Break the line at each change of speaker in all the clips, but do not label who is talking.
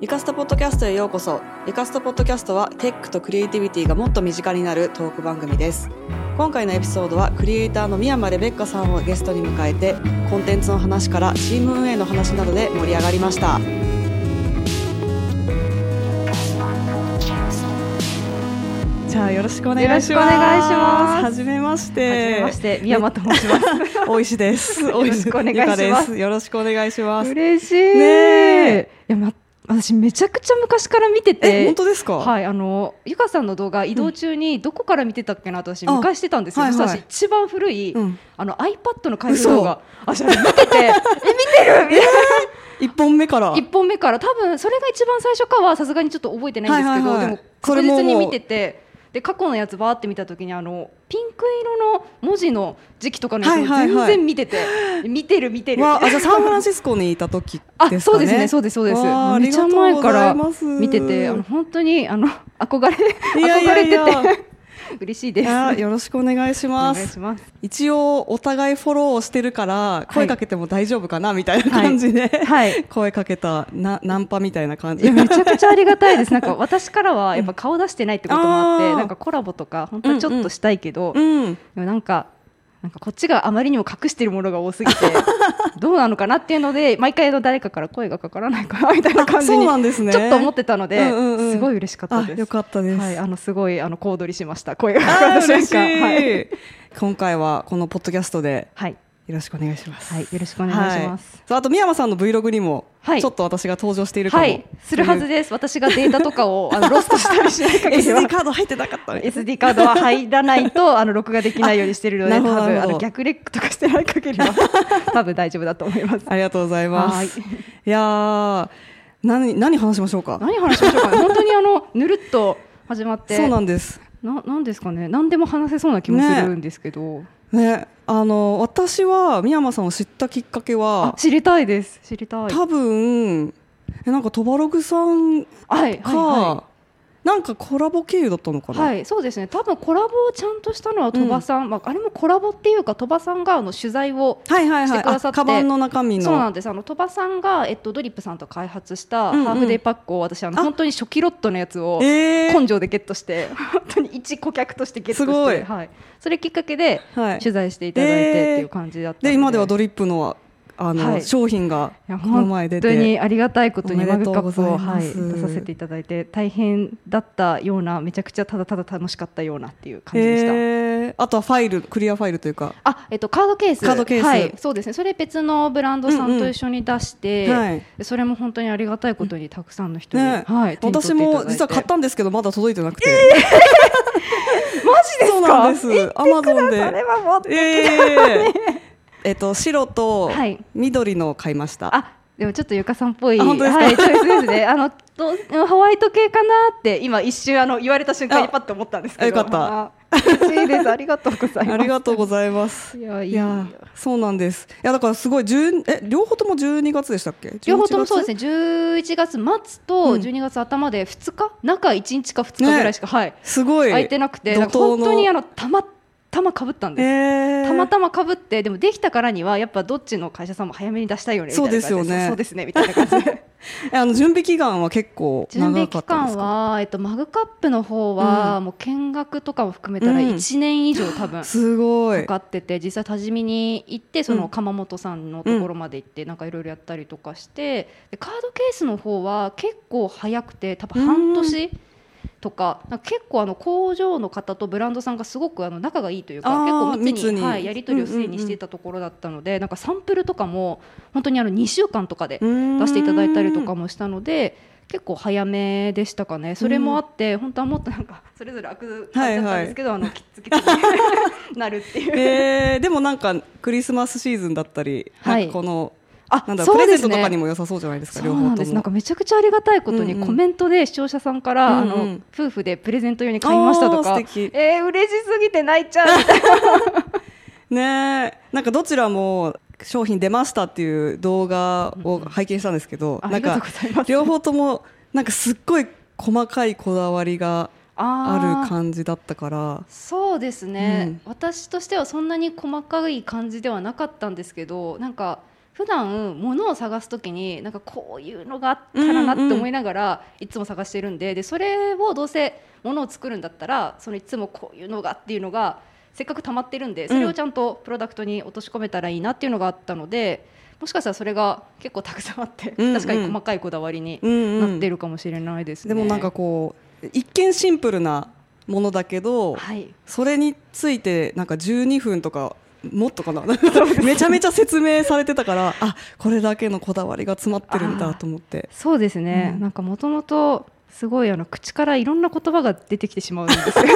ゆかすとポッドキャストへようこそゆかすとポッドキャストはテックとクリエイティビティがもっと身近になるトーク番組です今回のエピソードはクリエイターの宮間レベッカさんをゲストに迎えてコンテンツの話からチーム運営の話などで盛り上がりましたじゃあよろしくお願いします
よろしくお願いします
初めまし
はじ
て
めまして、宮間と申します。
大石です。
よろしくお願いします
大石ゆかでよろしくお願いします。
嬉しい。
ねえ
いや、ま、私めちゃくちゃ昔から見て
え、
て。
本当ですか。
はい、あの、ゆかさんの動画移動中に、どこから見てたっけな、と私
あ
見返してたんですよ。
はい
そ
は
し
い
たら私一番古い、
うん
あの、iPad の回数動画。あ、それ見 てて、え、見てるみたい
一本目から。
な。 一本目から、多分、それが一番最初かは、さすがにちょっと覚えてないんですけど、
はいはいはい
でも、
それ
確
ももう
実に見てて。で過去のやつバーって見たときにあのピンク色の文字の時期とかのやつも
はいはいは
全
い
然見てて、見てる見てる
わあ、じゃあサンフランシスコにいた時ですかね。
あそうですねそうですそうです
わあ
めっちゃ前から見てて
あ
あ
り
の
がと
本当にあの憧
うご
れ
ざいますいやいやいや
憧れてて嬉しいです
いやよろしくお願いし
お
ま
願い
す
し。ます
一応お互いフォローをしてるから声かけても大丈夫かなみたいな感じで
はいはい
声かけたなナンパみたいな感
い
じ
や。めちゃくちゃありがたいですなんか私からはやっぱ顔出してないってこともあって、
あー
なんかコラボとか本当はちょっとしたいけど、
うん。
でもなんかなんかこっちがあまりにも隠してるものが多す ぎてどうなのかなっていうので毎回の誰かから声がかからないかなみたいな感
あ
じ
そう
に
なんですね
ちょっと思ってたので、
うんうんうん
すごい嬉しかった
あ、
です。
よかったです。
はい、あのすごいあの小躍りしました声がか
あ
かっ
ー
た
嬉
瞬
し
間。はい
い。今回はこのポッドキャストで
はい、
よろしくお願いします。
はい、よろしくお願いします。
そうあと、宮山さんの Vlog にも、
はい
ちょっと私が登場しているかも。
はい、する はずです。私がデータとかをあ のロストしたりしない限りは
SD カード入ってなかったね
SD カードは入らないとあの 録画できないようにしているの
あ
で、多
なるほどなる
分
ほ
あ
ど
の逆レックとかしてない限り は多分大丈夫だと思います。
ありがとうございま
はい
す。いやー、何、何話しましょうか。
何話しましょうかね。 本当にあのぬるっと始まって、
そうなんです。
ななんですかね。何でも話せそうな気もするんですけど、
ね、あの、私は宮山さんを知ったきっかけ
あ
は、
知りたいです。知りたい。
多分、えなんか、トバログさんか、
はい、はい、はい。
なんかコラボ経由だったのかな。
はい、そうですね。多分コラボをちゃんとしたのは鳥羽さん、まああれもコラボっていうか鳥羽さんがあの取材を
はいはい
し
はい。
てくださ
あ
って
カバンの中身の。
そうなんです。あの鳥羽さんがえっとドリップさんと開発した
うんうん
ハーフデイパックを私あの
あ
本当に初期ロットのやつを
えー
根性でゲットして、本当に一顧客としてゲットして、
すごい
はい。それきっかけで
はい
取材していただいてっ
えー
ていう感じだったので。
で今ではドリップのあの、
はい
商品が
いや
この前出
本当に
て
ありがたいことに
お
マ
めで
グ
と
カ
うござ
ップ
い
を、
ま
はい、
す
出させていただいて大変だったようなめちゃくちゃただただ楽しかったようなっていう感じでした。
えーあとはファイルクリアファイルというか
あ、えっと、カードケース。
カードケース
はい、そうですね。それ別のブランドさんと一緒に出して、
うんうんはい
それも本当にありがたいことにたくさんの人に、
ね、
はい、手に取
私
っていただいて
も実は買っ。たんですけどまだ届いてなくて、
マジですか
そうなんです
え
アマゾンで
それはもう、
え ーえっと白と
はい
緑のを買いました、
あ、でもちょっとゆかさんっぽい、
あ本当ですか
はい、チョイスですね。あの、どうホワイト系かなって、今一瞬、あの、言われた瞬間
あ
にパッと思ったんですけど。
よかった
た。嬉しいです。ありがとうございます。
ありがとうございます
いやいい
そうなんですいやだからすごい10え両方とも12月でしたっけ
両方ともそうです
ね
ね、11月末と12月頭で2日、中1日か2日ぐらいしか、はい、
すごい
空いてなくて、
怒
なんか
涛
本
の
当にあのたまたまかぶったんです。
えー
たまたまかぶって、でもできたからには、やっぱどっちの会社さんも早めに出したいよねみたいな感じ
そうですよね
そうですねみたいな 感じで。
えあの準備期間は結構
準備
長か
期
ったんで
間
すか
は、えっと、マグカップの方は、もう見学とかも含めたら
うん
1年以上多分
すご
か
い
かってて、実際多治見に行ってそ
うん
の鎌本さんのところまで行って、なんかいろいろやったりとかしてでカードケースの方は結構早くて多分半年とか,、なんか結構あの工場の方とブランドさんがすごくあの仲がいいというか
あー
結構密に
密に
はい、やり取りをすでにしていたところだったので、なんかサンプルとかも本当にあの2週間とかで出
出
していただいたりとかもしたので結構早めでしたかねそれもあって、本当はもっとなんかそれぞれ開く感じだったんですけ ど、あのキッツキツになるっていう。
えーでもなんかクリスマスシーズンだったり、
は
な
い
んかこの
あ
なんだろう
そう
プレ
で
ゼント
すね
とかにも良さそうじゃないですか
そうなん
両
で
方と
すなん
も
かめちゃくちゃありがたいこと
う
に
んうん
コメントで視聴者さんから、
うんうん
あの夫婦でプレゼント用に買いましたと
あー素
か
敵
えー、嬉しすぎて泣いちゃうみたいな
ねえなんかどちらも商品出ましたっていう動画を拝見したんですけど、
あ
なん
りが
か
とうございます
両方ともなんかすっごい細かいこだわりがあ
あ
る
ー
感じだったから
そうですね、
うん
私としてはそんなに細かい感じではなかったんですけどなんか普段物を探す時になんかこういうのがあったらなって思いながらいつも探してるんで,、でそれをどうせ物を作るんだったらそのいつもこういうのがっていうのがせっかく溜まってるんでそれをちゃんとプロダクトに落とし込めたらいいなっていうのがあったのでもしかしたらそれが結構たくさんあって
うんうん
確かに細かいこだわりに
うん
なってるかもしれないですね。
でもなんかこう一見シンプルなものだけど、
はい
それについてなんか12分とかもっとかな めちゃめちゃ説明されてたからあこれだけのこだわりが詰まってるんだと思って
そうですね、
うん
なんかもともとすごいあの口からいろんな言葉が出てきてしまうんです よね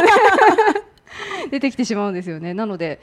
出てきてしまうんですよねなので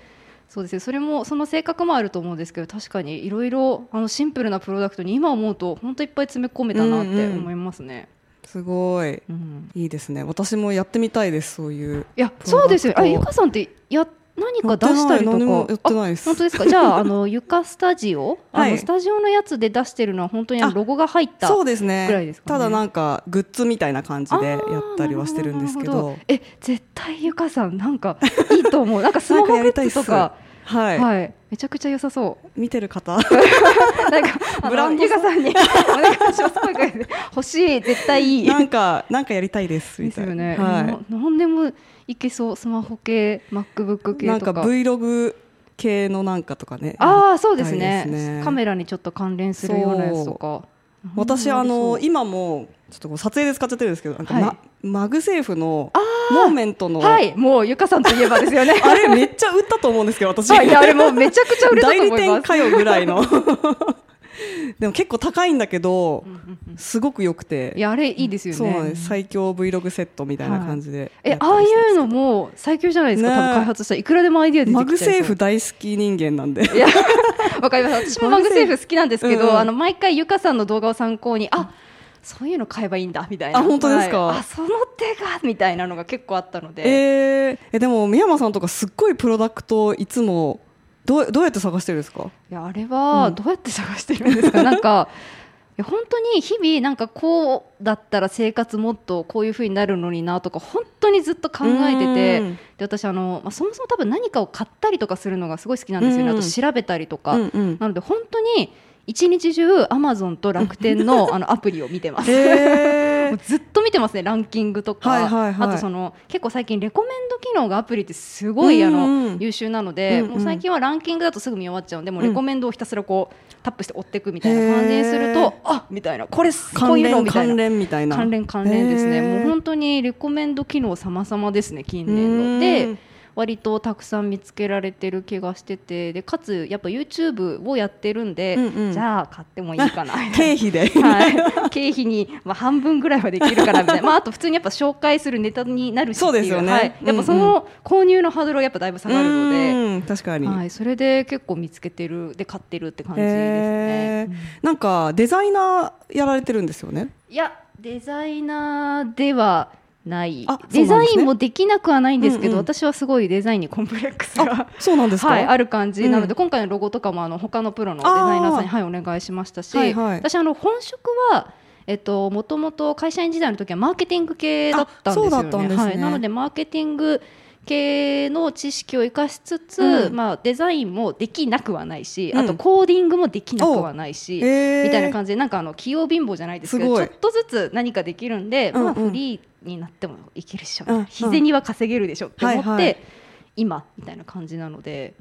そうですねそれもその性格もあると思うんですけど確かにいろいろあのシンプルなプロダクトに今思うと本当いっぱい詰め込めたなって思いますね、
すごい
うん
いいですね私もやってみたいですそういう
いやそうですよ
プロダ
あ
クト
ゆかさんってや何か出したりと
やってない何も
か
やってないで
あ
す
本当ですかじゃああの床スタジオ、
は
あ
い
のスタジオのやつで出してるのは本当にあのロゴが入った
そうですね
ぐらいですかね
ただなんかグッズみたいな感じでやったりはしてるんですけど
あーなるほえ絶対ゆかさんなんかいいと 思うなんかスマホグッズとか
はい、
はいめちゃくちゃ良さそう
見てる方
なんかあの
ブランド
ゆかさんにお願いします声かけて 欲しい絶対いい
なんかなんかやりたいです
で
み
す
たい
よ
な、
ね、
は
ななんでもいけそうスマホ系 MacBook
い、な
系
ん
とか
か Vlog 系のなんかとかね
ああそうですね
やりたいですね
カメラにちょっと関連するようなやつとか
私あの
い
今もちょっとこう撮影で使っちゃってるんですけどなんか
はい
ママグセーフのモーメントの、
はいもうゆかさんといえばですよね
あれめっちゃ売ったと思うんですけど私、
はいいやあれもうめちゃくちゃ売れたと
代理
思いま
店
す
かよぐらいの でも結構高いんだけど
うんうんうん
すごく良くて
いやあれいいですよね
そうなんです最強 Vlog セットみたいな感じで、
え
やった
ああい
りしてます
うのも最強じゃないですか、
ねえ
多分開発したらいくらでもアイデア出てきちゃ
マ
い
グ
そう
セーフ大好き人間なんで
いやわかります私もマグセーフ好きなんですけど、
マグセーフうんうん
あの毎回ゆかさんの動画を参考にあそういうの買えばいいんだみたいな
あ本当ですか
はいあその手がみたいなのが結構あったので、
えーえでも宮山さんとかすっごいプロダクトいつもどうどうやって探してるんですか
いやあれ
う
は
ん
どうやって探してる んですか、なんかいや本当に日々なんかこうだったら生活もっとこういう風になるのになとか本当にずっと考えてて、
うん
で私あの、まあ、そもそも多分何かを買ったりとかするのがすごい好きなんですよね、
うんう
あ
ん
と調べたりとか、
うんうん
なので本当に一日中アマゾンと楽天 のあのアプリを見てます。
へ
もう
ー
ずっと見てますねランキングとか、
はいはいはい
あとその結構最近レコメンド機能がアプリってすごいあの、
うんうん
優秀なので、
うんうん
もう最近はランキングだとすぐ見終わっちゃうんでもう
うん
レコメンドをひたすらこうタップして追っていくみたいな感じにするとあみたいなこれ こう
関
いうの
連
みたいな
関連みたいな
関連関連ですね
へー
もう本当にレコメンド機能様々ですね近年の
う
で
ん
割とたくさん見つけられてる気がしててでかつやっぱ YouTube をやってるんで、
うんうん
じゃあ買ってもいいか な
経費で、
はい、経費に、まあ、半分ぐらいはできるか らみたいな、まあ、あと普通にやっぱ紹介するネタになるしってい
そうですよね
はい、やっぱその購入のハードルがやっぱだいぶ下がるので、
うん確かに、
はい、それで結構見つけてるで買ってるって感じです
へ
ね
ー。なんかデザイナーやられてるんですよね
いやデザイナーではない
あ
デザ
そうなんです
イ
ね
ンもできなくはないんですけど、
うんうん
私はすごいデザインにコンプレックスが
あ。そうなんですか、
はい、ある感じなので、
うん
今回のロゴとかもあの他のプロのデザイナーさんに、
あ
はい、お願いしましたし、
はいはい
私あの本職はえっともともと会社員時代の時はマーケティング系だったんですよね。
あそうだったんですね
はい、なのでマーケティング系の知識を生かしつつ、
うん
まあデザインもできなくはないし、
うん
あとコーディングもできなくはないし、
へー
みたいな感じでなんかあの器用貧乏じゃないですけ
す
ど
ご
ちょ
い
っとずつ何かできるんで、
うんう
ま
ん
あフリーになってもいけるっしょ、
うんうん
日銭は稼げるでしょって思って、
はいはい
今みたいな感じなので。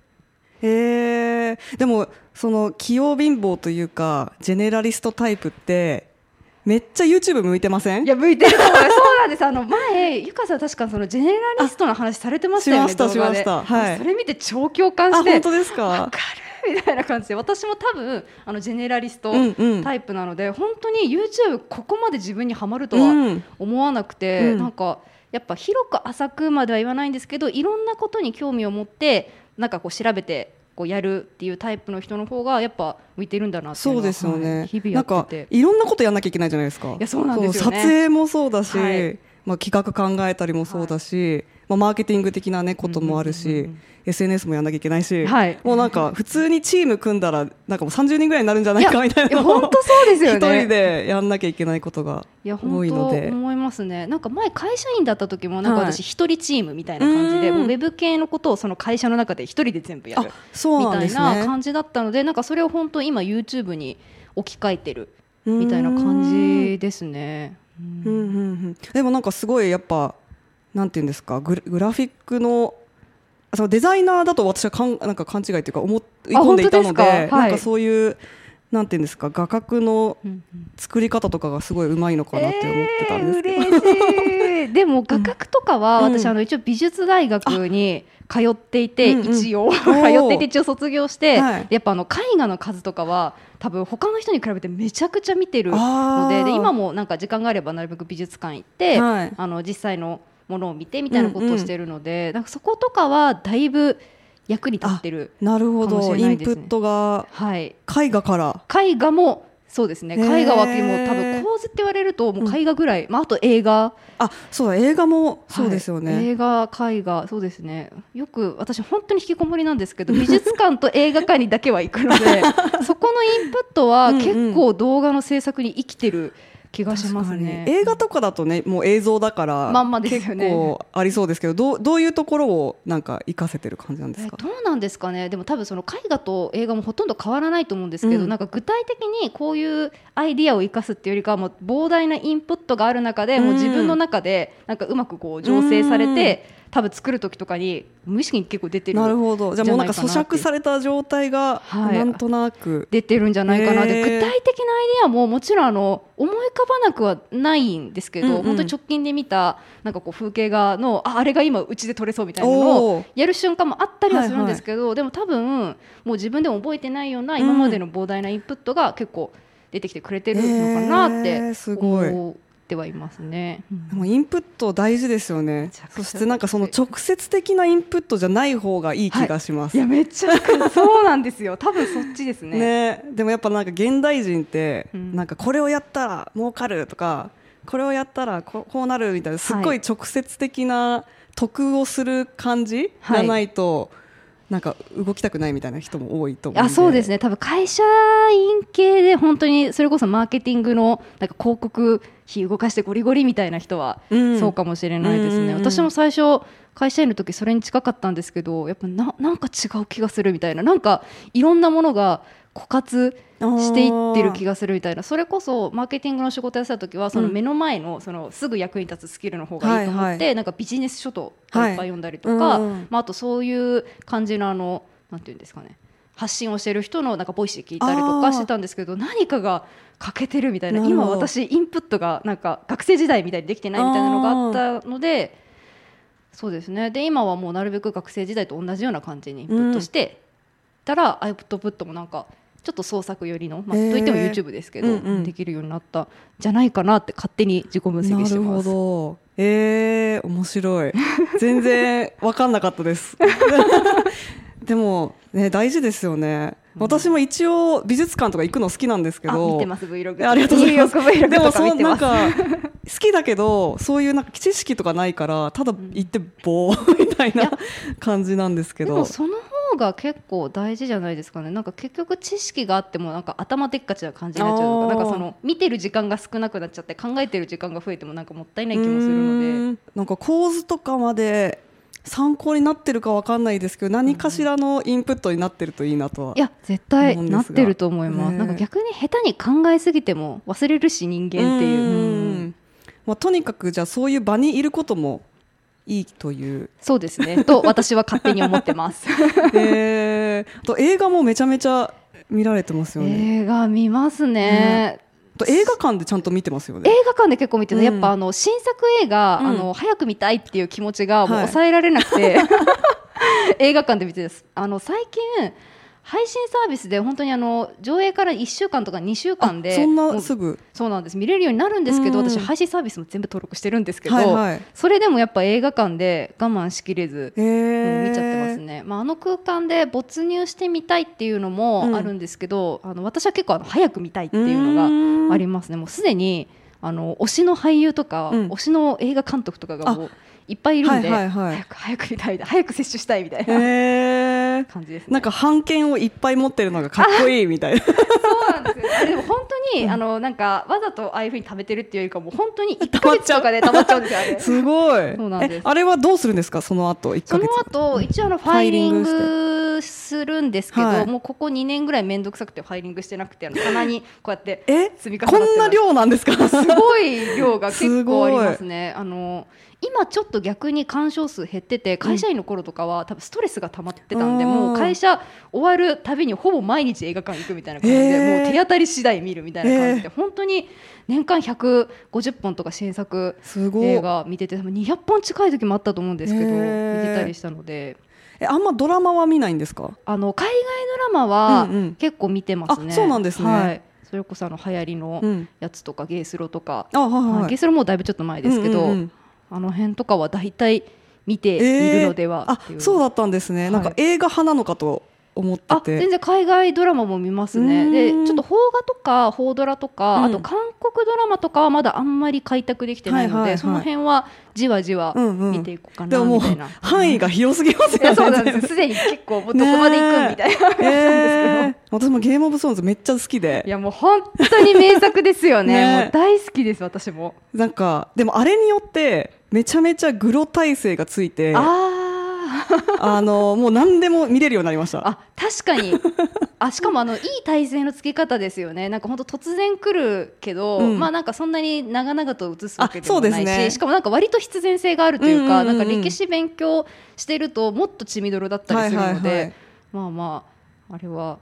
へえでもその器用貧乏というかジェネラリストタイプってめっちゃ YouTube 向いてません
いや向いてると 思うよそうなんですあの前ゆかさん確かそのジェネラリストの話されてましたよね
しました
動画で
しましたはい
それ見て超共感
あ
して
本当です
わ
か
かるみたいな感じで私も多分あのジェネラリスト
うんうん
タイプなので、本当に YouTube ここまで自分にはまると
う
は
ん、
思わなくて、
うん
なんかやっぱ広く浅くまでは言わないんですけどいろんなことに興味を持ってなんかこう調べてこうやるっていうタイプの人の方がやっぱ向いてるんだなっていう
そ
の
う
は
ですよね、
はい日々や
な
っ
んか
てて。
いろんなことやんなきゃいけないじゃないですか
いやそうなんですよ
そ
ね
う撮影もそうだし、
はい
まあ、企画考えたりもそうだし、まあ、マーケティング的な、ね、こともあるし、
うんうんうんうん
SNS もやんなきゃいけないし、
はい
もうなんか普通にチーム組んだらなんかもう30人ぐらいになるんじゃないかみたい
いや
な
本当そうですよ
一
ね
人でやんなきゃいけないことが
いや
多
本
い
当
ので。
思いますねなんか前会社員だった時もなんか
はい
私一人チームみたいな感じで、
うん
もうウェブ系のことをその会社の中で一人で全部や
あ
る
そう
み
なん
た
で
い
す
な
ね
感じだったのでなんかそれを本当今 YouTube に置き換えてるみたいな感じですね。
うう
うん
んんうんうんでもなんかすごいやっぱなんていうんですかグラグラフィックのあそのデザイナーだと私はかんなんか勘違いというか思い込んでいたので
本当ですかはい
なんかそういうなんていうんですか画角の
うん
作り方とかがすごいうまいのかなって思ってたんですけど、
えー嬉しいでも画角とかは
うん
私あの一応美術大学に通っていて
あうんうん
一応通
ー
っていて一応卒業して
はい
やっぱあの絵画の数とかは多分他の人に比べてめちゃくちゃ見てる
あ
の
ー
でで今もなんか時間があればなるべく美術館行って、
はい
あの実際のものを見てみたいなことをしてるので、なんかそことかはだいぶ役に立ってる、
なるほ
かもし
ど、
れ
イ
な
ン
いで
プ
すね
ットが
はい、
絵画から
絵画もそうですね
へー
絵画はもう多分構図って言われるともう絵画ぐらい、まあ、あと映画
あそうだ映画もそうですよね、
はい映画絵画そうですねよく私本当に引きこもりなんですけど美術館と映画館にだけは行くの でそこのインプットは
うんうん
結構動画の制作に生きてる気がしますね
確かに映画とかだとねもう映像だから
まんまですよね
結構ありそうですけどどうどういうところをなんか活かせてる感じなんです
え
か、
どうなんですかねでも多分その絵画と映画もほとんど変わらないと思うんですけど、
うん
なんか具体的にこういうアイディアを生かすっていうよりかはもう膨大なインプットがある中で、もう自分の中でなんかうまくこう醸成されて、多分作る時とかに無意識に結構出てる
なるほどじゃあもうなんか咀
じゃないかな
嚼
って
された状態が
はい
なんとなく、
出てるんじゃないかなで
へー
具体的なアイデアももちろんあの思い浮かばなくはないんですけど、
うんうん
本当に直近で見たなんかこう風景画のああれが今うちで撮れそうみたいなの
お
を
ー
やる瞬間もあったりはするんですけど、でも多分もう自分でも覚えてないような今までの膨大なインプットが結構出てきてくれてるのかなっ
えー
て
すごい
思ってはいますね。うん
でもインプット大事ですよね
ちゃくちゃ
そしてなんかその直接的なインプットじゃない方がいい気がします、
いやめっちゃくそうなんですよ多分そっちですね。
ねでもやっぱなんか現代人って、
うん
なんかこれをやったら儲かるとかこれをやったらここうなるみたいなすっご
はいい
直接的な得をする感じ
は
が
い
ないと、なんか動きたくないみたいな人も多いと思うん
あ
で
そうですね多分会社員系で本当にそれこそマーケティングのなんか広告費動かしてゴリゴリみたいな人は
うん
そうかもしれないです
うんうん
ね、
うん
私も最初会社員の時それに近かったんですけどやっぱななんか違う気がするみたいななんかいろんなものが枯渇していってる気
が
がするみたいなそれこそマーケティングの仕事やってた時はその
うん
目の前のそのすぐ役に立つスキルの方がいいと思って、
はいは
なんかビジネス書とかいっぱい読んだりとか、
はいうんうん
まあ、あとそういう感じのあのなんていうんですかね発信をしてる人のなんかボイス聞いたりと
あー
かしてたんですけど何かが欠けてるみたいな
なるほ
今
ど
私インプットがなんか学生時代みたいにできてないみたいなのがあったのでそうですねで今はもうなるべく学生時代と同じような感じにインプットしてたら、アウトプットもなんかちょっと創作寄りの、まあ、
へー
といっても YouTube ですけど、
うんうん
できるようになったんじゃないかなって勝手に自己分析
な
して
る
ま
ほ
す。
どえー、面 白い全然分かんなかったです でもね大事ですよね私も一応美術館とか行くの好きなんですけ
あ
ど
見てます Vlog
ありがとうございます
ニューヨーク Vlog
でも
とか
そ
見
う
て
な
ま
ん
す
か 好きだけどそういうなんか知識とかないからただ行ってぼーみたい
い
な
や
感じなんですけ
で
ど
もその方が結構大事じゃないですかねなんか結局知識があってもなんか頭でっかちな感じになっちゃうと
あー
かなんかその見てる時間が少なくなっちゃって考えてる時間が増えてもなんかもったいない気もする
う
ので
ーんなんか構図とかまで参考になってるかわかんないですけど何かしらのインプットになってるといいなとはい
や絶対なってると思います
ね
なんか逆に下手に考えすぎても忘れるし人間っていう
ーん
うん
まあ、とにかくじゃあそういう場にいることもいいと いう、
そうですねと私は勝手に思ってます
えー、あと映画もめちゃめちゃ見られてますよね、
映画見ますね
あと映画館でちゃんと見てますよね
映画館で結構見てる、
うん
やっぱあの新作映画、
うん
あの早く見たいっていう気持ちがもう
はい
抑えられなくて、 映画館で見てですあの最近配信サービスで本当にあの上映から1週間とか2週間で
あそん
も
な
う
すぐ
そうなんです見れるようになるんですけど、
うん
私配信サービスも全部登録してるんですけど、
はいはい
それでもやっぱ映画館で我慢しきれず
えー
うん見ちゃってますね、まあ、あの空間で没入してみたいっていうのもあるんですけど、あの私は結構あの早く見たいっていうのがありますねもうすでにあの推しの俳優とか、
うん
推しの映画監督とかがもういっぱいいる
は
ん
い
で、
はいはい
早く早く見たいな早く接種したいみたい
へ
な
え
感じですね。
なんか版権をいっぱい持ってるのがかっこいいみた いな
そうなんですよあれでも本当に、
うん
あのなんかわざとああいうふうに食べてるっていうよりかもう本当に1
溜
ヶ
まっち
月
ゃう
とかで溜まっちゃうんですよあれ
すごい
そうなんです
えあれはどうするんですかその後1ヶ
その
月
後一応あのファイリングするんですけど、
はい
もうここ2年ぐらい面倒くさくてファイリングしてなくてあの棚にこうやって
え
積み重なって
こんな
ます
量なん ですか
すごい量が結構ありますすね。あの今ちょっと逆に干渉数減ってて会社員の頃とかは多分ストレスが溜まってたんで、
うん
もう会社終わるたびにほぼ毎日映画館行くみたいな感じで、
へー
もう手当たり次第見るみたいな感じ
へ
で、本当に年間150本とか新作
すごい
映画見てて多分200本近い時もあったと思うんですけど、
へー
見てたりしたので
えあんまドラマは見ないんですか
あの海外ドラマは
うんうん
結構見てますね。
あそうなんですね
はい、それこそあの流行りの
うん
やつとか、ゲイスロとか。
あはい
ま
は
あ
い
ゲスロもうだいぶちょっと前ですけ
う
ど、
んうんうん
あの辺とかは大体見ているのでは
あ
っていう、
そうだったんですね、
はい
なんか映画派なのかと思って
あ
て
全然海外ドラマも見ます
う
ねで
ーん
ちょっと邦画とか邦ドラとか、
うん
あと韓国ドラマとかはまだあんまり開拓できてないので、
はいはいはい
その辺はじわじわ
うんうん
見ていこうか
で
な
ももう
みたいな、
範囲が広すぎますよ
い
ね
や そうなんですよ
全
すでに結構もうどこまで行くみたいな感じなんですけど、
然えー私もゲームオブソーンズめっちゃ好きで
いやもう本当に名作です よ
ね
ねもう大好きです私も、
なんかでもあれによってめちゃめちゃグロ体制がついてあ
あー
のもう何でも見れるようになりました
あ確かにあしかもあのいい体勢のつけ方ですよねなんか本当突然来るけど、
うん
まあなんかそんなに長々と映すわけでも
あそうで
な
す
いし、
ね
しかもなんか割と必然性があるというか、
うんうんうん
なんか歴史勉強してるともっと血みどろだったりするので、まあまああれは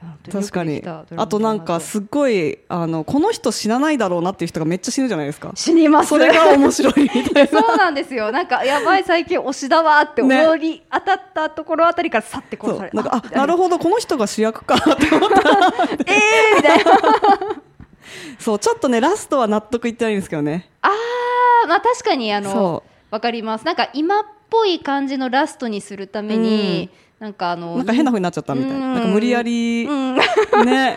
本当よ
確か
くでき
に
たドラマだな
あとなんかすっごいあのこの人死なないだろうなっていう人がめっちゃ死ぬじゃないですか
死にます
それが面白いみたいな
そうなんですよなんかやばい最近推しだわって思い当たったところあたりからさって
そ
殺
う
され
なんかあな
る
るほどこの人が主役かって
ええー、みたい な
そうちょっとねラストは納得いってないんですけどね
あーまあ確かにあの
そ
わかります。なんか今っぽい感じのラストにするために、なんかあ
う
の、
なんか変な風になっちゃったみたいな
うん
なんか無理やり
う
ね
ん、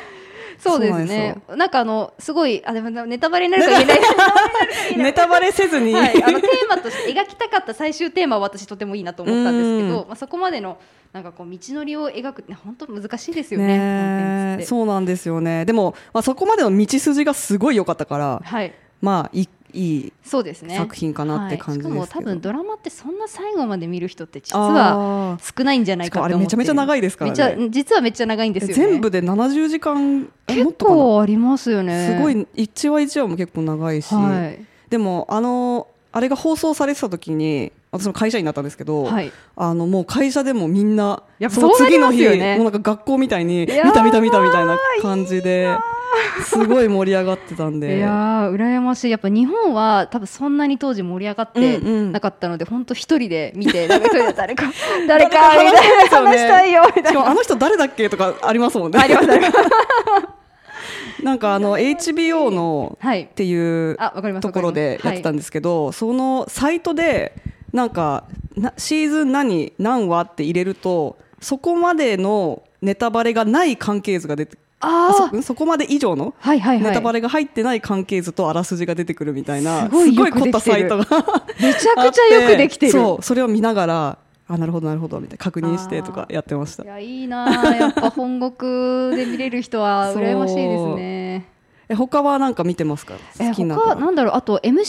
そうですね。なんかあのすごいあでもネタバレになるか言え ない。
ネタバレせずに、
はい、あのテーマとして描きたかった最終テーマは私とてもいいなと思ったんですけど、
う
まあそこまでのなんかこう道のりを描くって本当難しいですよね。コン
ね
テンツって
そうなんですよねでも、まあ、そこまでの道筋がすごい良かったから
はい。
まあいいい
そうですね。
作品かなって感じですけど、
はい、しかも多分ドラマってそんな最後まで見る人って実は
あ
少ないんじゃ
ー
ない
しか
か
も
っ
あ
て
れ
思
め
っ
ちゃ
てる。
めちゃ長いですから
めちゃ
ね
実はめっちゃ長いんですよね。
全部で70時間えも
結
っとかな
構ありますよね。
すごい1話1話も結構長いし、
はい。
でもあのあれが放送されてた時に私も会社員だったんですけど、
はい。
あのもう会社でもみんな
やっぱ
その次の日
そうなりますよね
もうなんか学校みたいに見
やー
た見た見たみたいな感じですごい盛り上がってたん
い
で
やー羨ましい。やっぱ日本は多分そんなに当時盛り上がって
うんうん
なかったので、本当一人で見て、なんか一人 で誰か誰か
か話
みたいな
したいですよね
話したいよみた
し
い
かもあ
な。
の人誰だっけとかありますもんね
ありますあります。
なんかあの HBO の
はい
っ。ていう
あわかります。
ところでやってたん
で
ですけど、そのサイトでなんかなシーズン何何話って入れるとそこまでのネタバレがない関係図が出てあ
ああ。
そそこまで以上の
はいはいはい。
ネタバ
レ
レが入ってない関係図とあらすじが出てくるみたいな
すごいよく
凝ったサイ トが
めちゃ
あっ
くちゃよくできてる。
そうそれを見ながらあなるほどなるほどみたいな確認してとかやってました
いやいいな ー。やっぱ本国で見れる人は羨ましいですね。
え他はなんか見てますか
え
好きなの
他なんだろうあと MCU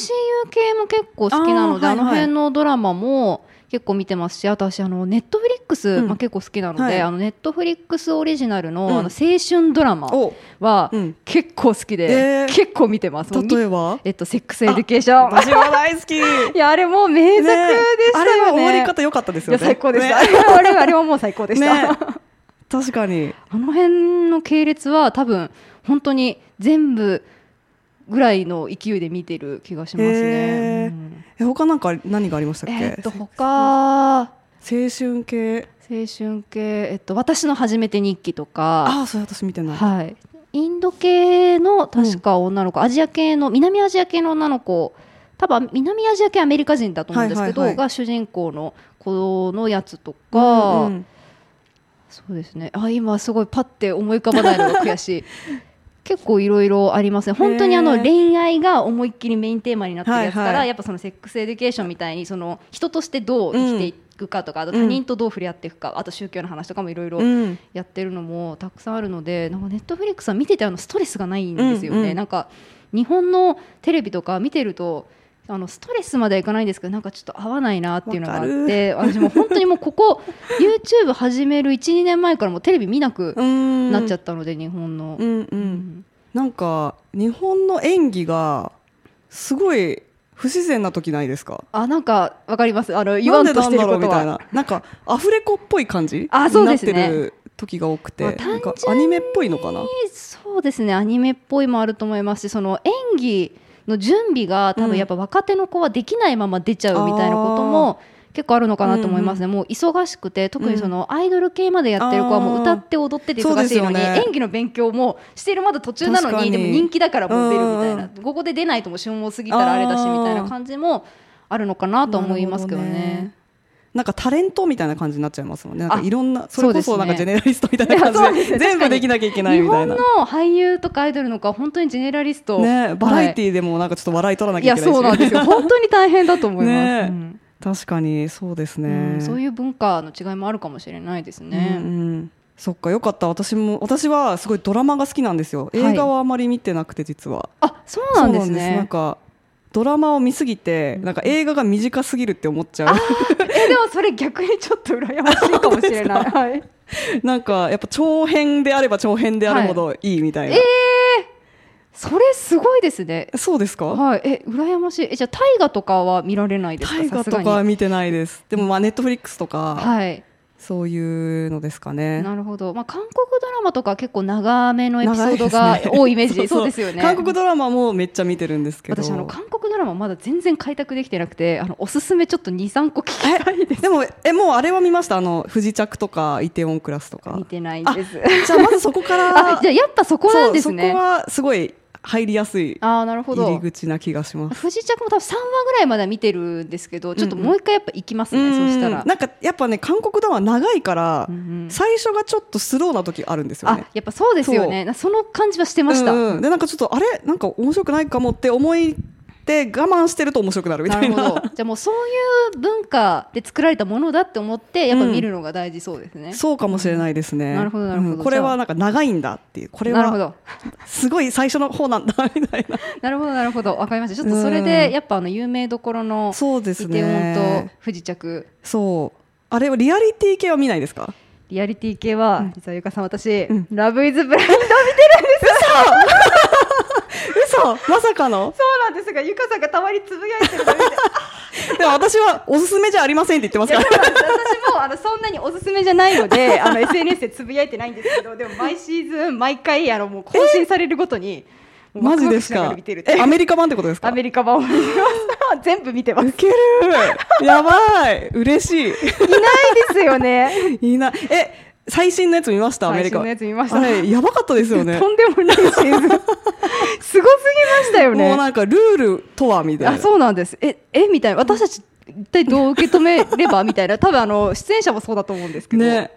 系も結構好きなので
あーはいは
あ,、
い
の辺のドラマも結構見てますしあと私あのネットフリックス、
うん
まあ、結構好きなので、
はい
あのネットフリックスオリジナルの,、
うん
あの青春ドラマ
お
は
うん
結構好きで、
えー
結構見てますもうみ
例え ば
えっと、セックスエデュケーション
私も大好き
いやあれもう名作でした
あれは
よね
終わり方良かったです
い
よね
や最高でした、
ね
あれはあれはもう最高でした、
ね確かに
あの辺の系列は多分本当に全部ぐらいの勢いで見てる気がしますね。
へー
うん
え他なんか何がありましたっけ、
えーっと他青
青春系
春系えっと私の初めて日記とか
ああそれ私見てない、
はいインド系の確か女の子、アジア系の南アジア系の女の子多分南アジア系アメリカ人だと思うんですけど、
はいはいはい
が主人公の子のやつとか、
うんうん
そうですねあ今すごいパッて思い浮かばないのが悔しい結構いろいろありますね本当にあ
へ
の
ー
恋愛が思いっきりメインテーマになってるやつから、
はいはい
やっぱそのセックスエデュケーションみたいにその人としてどう生きていくかとか、あと他人とどう触れ合っていくか、あと宗教の話とかもいろいろ
うん
やってるのもたくさんあるのでなんかネットフリックスは見ててあのストレスがないんですよね、
うんうん
なんか日本のテレビとか見てるとあのストレスまではいかないんですけどなんかちょっと合わないなっていうのがあって私も本当にもうここ YouTube 始める12年前からもうテレビ見なく
うん
なっちゃ
っ
ったので、日本の
う、んうん、なんか日本の演技がすごい不自然な時ないですか
あなんかわかりますあの言わんとしてる
なんでなんだろう
こと
みたい
は
ななんかアフレコっぽい感じ
あそうですね
になってる時が多くて、
まあ
なんか
単純
ア
に
ニメっぽいのかな
そうですねアニメっぽいもあると思いますしその演技の準備が多
うん
分やっぱ若手の子はできないまま出ちゃうみたいなことも結構あるのかなと思いますね、もう忙しくて特にそのアイドル系までやってる子はもう歌って踊ってて忙しいのに、
あーそうですよね
演技の勉強もしてるまだ途中なの
確か
に
に
でも人気だからもう出るみたい
うん
なここで出ないともう旬も過ぎたらあれだし
あー
みたいな感じもあるのかなと思いますけど
なるほどね
ね。
なんかタレントみたいな感じになっちゃいますもんねなんか
あ
いろんなそれこそ
そう
なんか
ですね
ジェネラリストみたいな感
いやそうで
じ
す
で
ね
全
確か
部で
に
きなきゃいけない
日
みたい
本
な
の。俳優とかアイドルの子は本当にジェネラリスト、
ね、バラエティーでもなんかちょっと笑い取らなき
い
ゃいけ
や
ないし、
そうなんですよ本当に大変だと思います、
ね
うん
確かにそうですね、
うんそういう文化の違いもあるかもしれないですね。
うんうんそっかよかった私も私はすごいドラマが好きなんですよ
い
映画はあまり見てなくて実は、
あそうなんです
そうなん
ね。
かドラマを見すぎて
うん
なんか映画が短すぎるって思っちゃう
えでもそれ逆にちょっと羨ましいかもしれ ない。はい、
なんかやっぱ長編であれば長編であるほどいいみたいな、
えそれすごいですね。
そうですか、
はいえ羨ましい。えじゃあ大河とかは見られないですか。
大河と
さす
か
が
は
に
見てないですでもまあネットフリックスとか、
はい。
そういうのですかね
なるほど。まあ韓国ドラマとか結構長めのエピソード
長
が
いですね
多いイメージ。
そうそう
そうですよね。
韓国ドラマもめっちゃ見てるんですけど
私あの韓国ドラマまだ全然開拓できてなくてあのおすすめちょっと23個聞きたいです
でもえもうあれは見ましたあの不時着とかイテウォンクラスとか
見てないんです
じ ゃあまずそこから
あじゃあやっぱそこなんです
そうそ
ね
こはすごい入りやすい
ああなるほ
入り
ど
口な気がします。
不時着も多分3話ぐらいまでは見てるんですけどちょっともう一回やっぱ行きますね、そうしたら、
んなんかやっぱね韓国ドラマ長いから、
うんうん
最初がちょっとスローな時あるんですよ
あ
ね。
やっぱそうですよねなその感じはしてました、
うんうんでなんかちょっとあれなんか面白くないかもって思って我慢してると面白くなるみ
な
たい
る
な。
ほどじゃあもうそういう文化で作られたものだって思ってやっぱ見るのが大事そうですね、
そうかもしれないですね。
なるほどなるほど
うんこれ
じゃ
は
あ
なんか長いんだっていうこれ
なるほ
は
ど
すごい最初の方なんだみたい な。
なるほどなるほどわかりましたちょっとそれで
うん
やっぱあの有名どころの
そうで
イテ
す
ウォン
ね
と。不時着
そうあれはリアリティ系は見ないですか？
リアリティ系は、
うん
実はゆかさん私、
うん
ラブイズブラインド見てる
嘘まさかの。
そうなんですがゆかさんがたまにつぶやいてるの見て
でも私はおすすめじゃありませんって言ってます
いや
か
そうなんです私もあのそんなにおすすめじゃないの であの SNS でつぶやいてないんですけどでも毎シーズン毎回あのもう更新されるごとに
ら。
もうワ
マ
ク
ジ
ワ
で
ク
す
しなが
から
見てるっ。て
え、アメリカ版ってことですか
アメリカ版を見てます全部見てますい
ウケるやばい嬉し
ないですよ ね
いいいな。え、最新のやつ見ましたアメリ
最
カ。
新のやつ見ました
あれ、やばかったですよね。
とんでも ないシーズンすごすぎましたよ
もう
ね
なんかルールとはみたい
あ
な。
そうなんですええみたいな私たち一体どう受け止めればみたいな多分あの出演者もそうだと思うんですけど、
ね。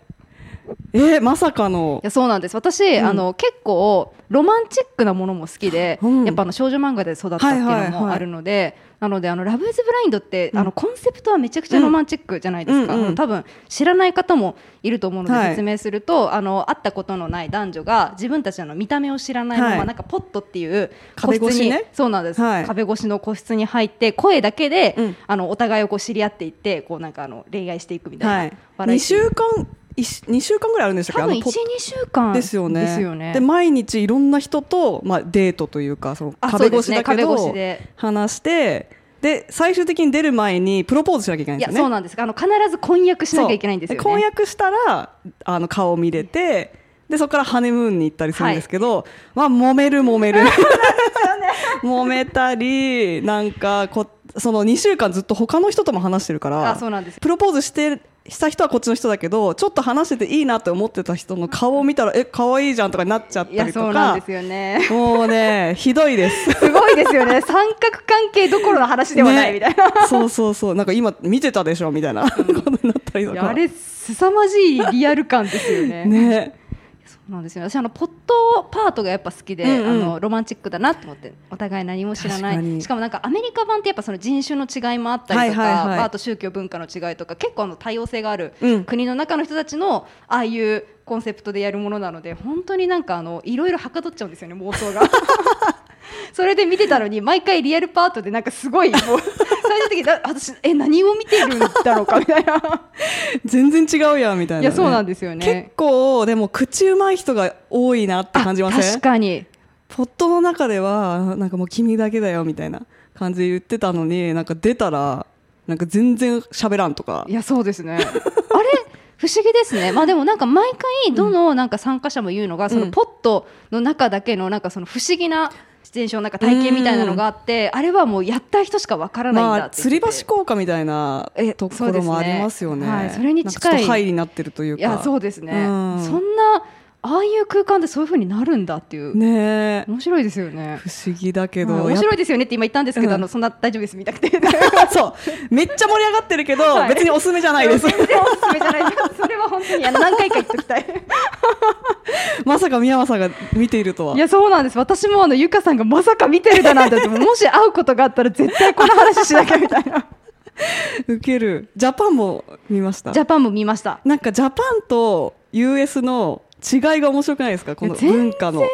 え、まさかの
い。やそうなんです私、
うん
あの結構ロマンチックなものも好きで、
うん
やっぱあの少女漫画で育ったっていう
はいはい
の
はい
もあるので、なのであの「ラブ・イズ・ブラインド」って、
うん
あのコンセプトはめちゃくちゃロマンチックじゃないですか、
うんうんうん
あの多分知らない方もいると思うので、
はい
説明するとあの会ったことのない男女が自分たちの見た目を知らないまま、
はい
なんかポットっていう
壁越し
個室に
ね
そうなんです、
はい
壁越しの個室に入って声だけで、
うん
あのお互いをこう知り合っていってこうなんかあの恋愛していくみたいな、
はい。
バラエ
2
ティー
週間、2週間ぐらいあるんでしたっけ
多
あ
分
の
12
ポッ
週間
ですよね。
ですよね
で毎日いろんな人と、まあ、デートというか、その
あ
壁越しだけ
そうですね、壁越
ど
し、で。
話してで最終的に出る前にプロポーズしなきゃいけないんで
いや
すよね。
そうなんですあの必ず婚約しなきゃいけないんですよ、ね、
そう婚約したらあの顔を見れてでそこからハネムーンに行ったりするんですけど、まあ揉める揉める揉めたりなんかこその2週間ずっと他の人とも話してるから
あそうなんです
プロポーズしてした人はこっちの人だけどちょっと話してていいなって思ってた人の顔を見たらえ可愛いじゃんとかになっちゃった
いや
り
そ
と
うな
か
んですよね
もうねひどいです。
すごいですよね 三角関係どころの話 ではないみた いな、
な。そうそうそう。なんか今見てたでしょみたいなことになったりとか。
いやあれ凄まじいリアル感ですよね
ね。
そうなんですよ私あのポットパートがやっぱ好きで、
うんうん
あのロマンチックだなと思ってお互い何も知らな
確かに
いしかもなんかアメリカ版ってやっぱその人種の違いもあったりとか、
はいはいはい
まあ、あと宗教文化の違いとか結構あの多様性がある
うん
国の中の人たちのああいうコンセプトでやるものなので本当になんかあのいろいろはかどっちゃうんですよね 妄想が。それで見てたのに毎回リアルパートでなんかすごいもう最終的にだ私え何を見てるんだろうかみ たいな
全然違うやんみたいな、
いやそうなん
で
ですよ
結
ね。
構でも口うまい人が多いなって感じま
あ
せ
確
ん
かに
ポットの中ではなんかもう君だけだよみたいな感じで言ってたのになんか出たらなんか全然喋らんとか
いやそうですね あれ不思議ですねまあでもなんか毎回どのなんか参加者も言うのが、そのポットの中だけのなんかその不思議な現象なんか体験みたいなのがあって、あれはもうやった人しかわからないん
ま
だ
あ
って言って
吊り橋効果みたいな
え
ところもありますよね
そうですねはいそれに近い
なんかちょっとハイになってるというか
いやそうですね、
うん
そんなああいう空間でそういう風になるんだっていう、
ねえ
面白いですよね
不思議だけど、
はい面白いですよねって今言ったんですけど、
うん
あのそんな大丈夫です見たくて
やっぱ そうめっちゃ盛り上がってるけど、
はい
別におすすめじゃない です
全然おすすめじゃないですそれは本当にあの何回か言っときたい
まさか宮山さんが見ているとはい
やそうなんです私もあのゆかさんがまさか見てるだなんてもし会うことがあったら絶対この話しなきゃみたいな
受けるジャパンも見ました
ジャパンも見ました
なんかジャパンと US の違いが面白くないですかこの文化の
全然違い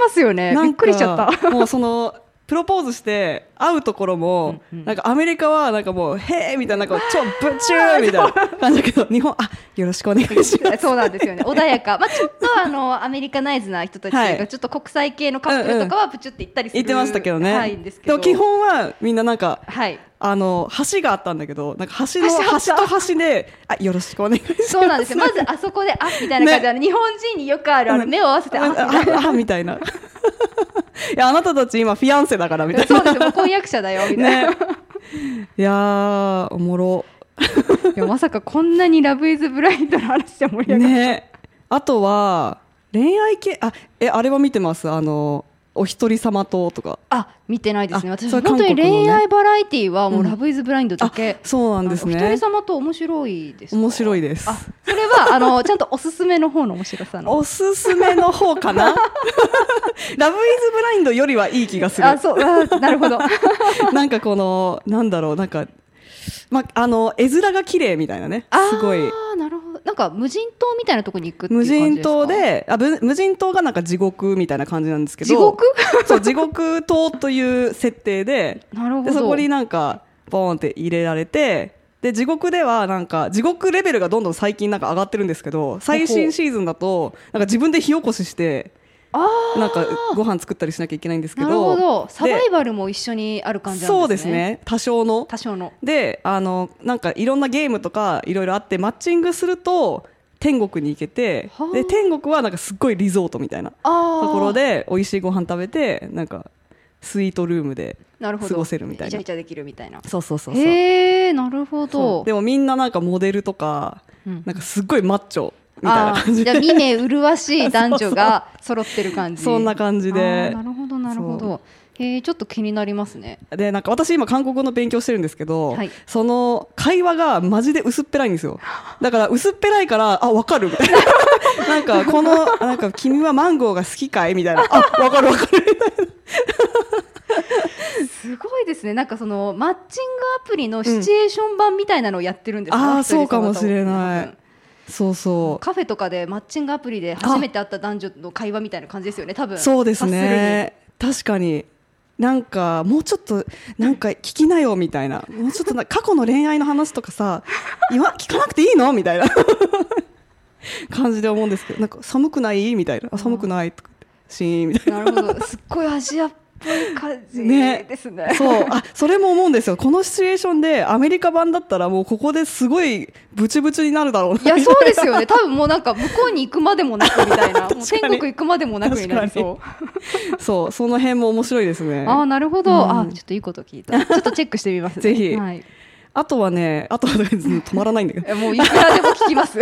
ますよね
なんか
びっくりしちゃっ た
もうそのプロポーズして会うところも、
うんうん
なんかアメリカはなんかもう「へえ」みたいななんか超ぶちゅーみたい な感じだけど日本あよろしくお願いします
そうなんですよね穏やか、まあ、ちょっとあのアメリカナイズな人たち
は
が、
い
ちょっと国際系のカップルとかはプチュって行ったりする、
言ってましたけどね、
はい、ですけ
で
ど
も基本はみんななんか
はい
あの橋があったんだけどなんか橋の
橋あった
橋と橋で「あよろしくお願いします」
そうなんですよまずあそこであみたいな感じで、あの日本人によくあるあの目を合わせて、あみたいな
あああみたいないやあなたたち今フィアンセだからみたい
そう
な
ですよもう婚約者だよみたいな、
ねいやーおもろ
いやまさかこんなに「ラブイズブラインドの話で盛り上がる、
ねあとは恋愛系あえあれは見てますあのお一人様ととか
あ見てないですね
あ
私
それ
本当
韓
に
国のね
恋愛バラエティーはもう
う
「
ん
ラブイズブラインドだけ、
そうなんです
お一
ね
人様と面白いですか
面白いです
あそれはあの ちゃんとおすすめの方の面白さの
おすすめの方か なラブイズブラインドよりはいい気がする
あそうあなるほ ど
なんかこのなんだろうなんかまあの絵面が綺麗みたいなねすごい
あーなるほどなんか無人島みたいなとこに行くっていう
無
感じですか
人島であぶ無人島がなんか地獄みたいな感じなんですけど
地獄
そう地獄島という設定で
なるほ
で
ど
そこになんかボーンって入れられてで地獄ではなんか地獄レベルがどんどん最近なんか上がってるんですけど最新シーズンだとなんか自分で火起こしして
あー
なんかご飯作ったりしなきゃいけないんですけ
な
ど
るほどサバイ
で
バルも一緒にある感じ
そ
な
うんで
ですすね
ね多少の
多少の
であのなんかいろんなゲームとかいろいろあってマッチングすると天国に行けて
はあ
で天国はなんかすっごいリゾートみたいな
あー
ところで美味しいご飯食べてなんかスイートルームで
なるほ
過
ど
ごせるみたいな
イチャイチャできるみたいな
そうそうそうそう
へえなるほ
そ
ど
うでもみんななんかモデルとか
うん
なんかすっごいマッチョみたいな感じで
あーじゃあ見目麗しい男女が揃ってる感じ
そんな感じ
あー
で
なるほどなるほどへえちょっと気になりますね
でなんか私今韓国語の勉強してるんですけど、
はい
その会話がマジで薄っぺらいんですよだから薄っぺらいからあわかる みたいななんかこのなんか君はマンゴーが好きかいみたいなあわかるわかる
すごいですねなんかそのマッチングアプリのシチュエーション版みたいなのをやってるんですか、
ああ
一人
そうかもしれな
多分
いそうそう
カフェとかでマッチングアプリで初めて会った男女の会話みたいな感じですよね多分
そうです
察るに
ね確かになんかもうちょっとなんか聞きなよみたいなもうちょっとな過去の恋愛の話とかさ今聞かなくていいのみたいな 感じで思うんですけどなんか寒くないみたいなあ寒くないとかってシーンみたい
なるほどすっごいアジアっぽい感じ
ね
です ね
なそうあそれも思うんですよこのシチュエーションでアメリカ版だったらもうここですごいブチブチになるだろうない
やそうですよね多分もうなんか向こうに行くまでもなくみたいなもう天国行くまでもなくになりそう
そうその辺も面白いですね
ああなるほど、
うん
あーちょっといいこと聞 いたちょっとチェックしてみます、ね、
ぜひ
はい、
あとはねあとは止まらないんだけど
えもういくらでも聞き ます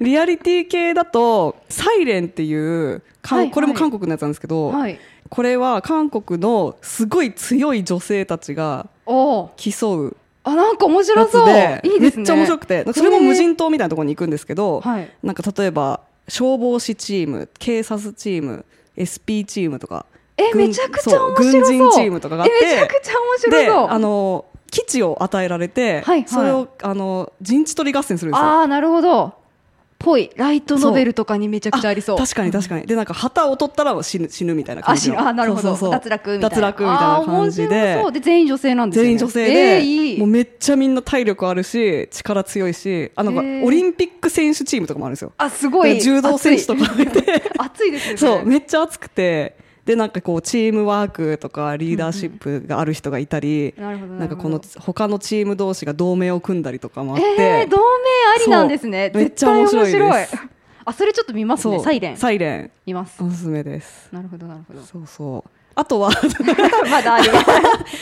リアリティ系だと「サイレンっていう、かん
はいはい
これも韓国のやつなんですけど、
はい
これは韓国のすごい強い女性たちが
おー
競う
あなんか面
や
白
つ
そう
で
いいですね
めっちゃ面白くてそれも無人島みたいなところに行くんですけど、
はい
なんか例えば消防士チーム警察チーム SP チームとか
え
軍
めちゃくちゃ面白そう
軍人チームとかがあって
えめちゃくちゃ面白
で
そう
あの基地を与えられて、
はいはい
それをあの陣地取り合戦するんですよ。
あーなるほどぽいライトノベルとかにめちゃくちゃありそう
確かに確かにでなんか旗を取ったら死ぬ死ぬみたいな感じ
し
の
あなるほど
そうそうそう
脱落みたいな
脱落みたいな感じ
あー面白
で
そうで全員女性なんですよ、ね、
全員女性
え
で、
ーいい
もうめっちゃみんな体力あるし力強いしあなんか
えー
オリンピック選手チームとかもあるんですよ
あすごい
で柔道選手とかもいて
熱いです ね
そう
れ
めっちゃ熱くてでなんかこうチームワークとかリーダーシップがある人がいたり、
なるほど
なんかこの
なる
他のチーム同士が同盟を組んだりとかもあっ
ほど
て、
えー、同盟ありなんですね
そうめっちゃ面白いです
絶対面白いあそれちょっと見ますねサイレン
サイレン
見ます
おすすめです
なるほどなるほど
そうそうあとは
まだあります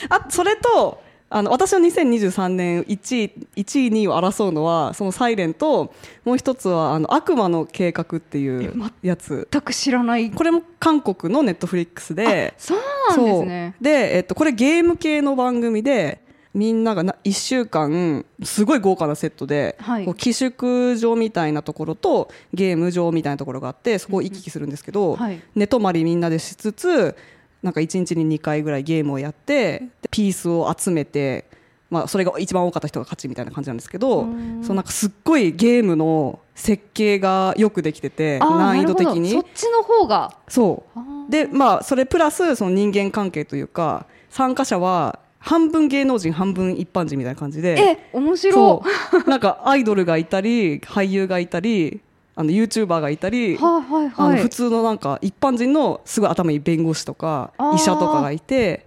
あそれとあの私の2023年1位1位2位を争うのはその「サイレンともう一つは「あの悪魔の計画」っていうやつ
全く知らない
これも韓国のネットフリックスで
そうなんですね
そうでえっと、これゲーム系の番組でみんながな1週間すごい豪華なセットで、
はい
こう寄宿場みたいなところとゲーム場みたいなところがあってそこを行き来するんですけど、
はい
寝泊まりみんなでしつつなんか1日に2回ぐらいゲームをやってでピースを集めて、まあ、それが一番多かった人が勝ちみたいな感じなんですけ
う
ど
ーん
そうなんかすっごいゲームの設計がよくできてて
あー
難易度的
なるほ
に
どそっちの方が
そう
あー
でまあそれプラスその人間関係というか参加者は半分芸能人半分一般人みたいな感じで
え
そ
面白いう
なんかアイドルがいたり俳優がいたりあの YouTuber がいた り、
はいはい
あの
はい
普通のなんか一般人のすごい頭いい弁護士とか
あー
医者とかがいて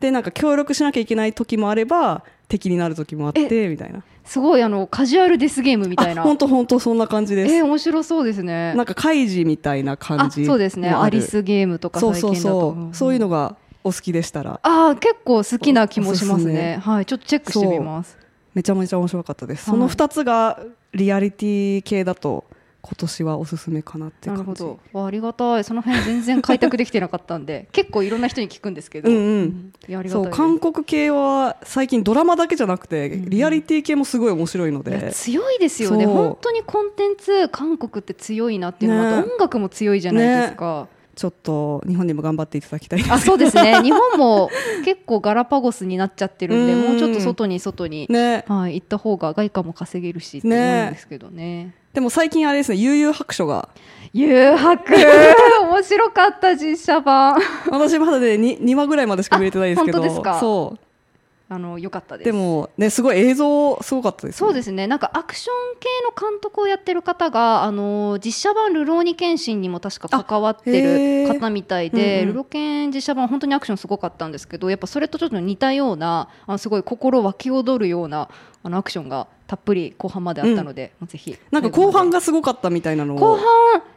でなんか協力しなきゃいけない時もあれば敵になる時もあってみたいな
すごいあのカジュアルデスゲームみたいな
本当本当そんな感じです、
えー、面白そうですね
なんか開示みたいな感
あ
じ
そうですね
もある
アリスゲームとか
そう
最
そう
近だ
そ
と
う、そういうのがお好きでしたら
あー結構好きな気もします
おすす
ね
め
はいちょっとチェックしてみます
めちゃめちゃ面白かったです、
はい
その2つがリアリティ系だと今年はおすすめかなって
な
感じ
るほどわありがたいその辺全然開拓できてなかった んで結構いろんな人に聞くんですけど
うんうん
いやありが
そ
たいうです
韓国系は最近ドラマだけじゃなくて、
んうん
リアリティ系もすごい面白いの
いや
で
強いですよね
そう
本当にコンテンツ韓国って強いなっていうのと、あと
ね
音楽も強いじゃないですか、
ちょっと日本にも頑張っていただきたいです
あそうですね日本も結構ガラパゴスになっちゃってるんで
うん
もうちょっと外に外に、
ね
はい、行った方が外貨も稼げるしって思うんですけどね
でも最近あれですね悠々白書が
誘白 面白かった実写版
私まだね 2, 話ぐらいまでしか見れてないですけど
あ本当ですか
そ
あの良かった
う
です
でもねすごい映像すごかったです、ね、
そうですねなんかアクション系の監督をやってる方があの実写版「ルローニケンシン」にも確か関わってる
あへー
方みたいで、
うんうん
ルロケン実写版本当にアクションすごかったんですけどやっぱそれとちょっと似たようなあのすごい心沸き躍るようなあのアクションがたっぷり後半まであったので、もうぜひ
なんか後半がすごかったみたいなのを
後半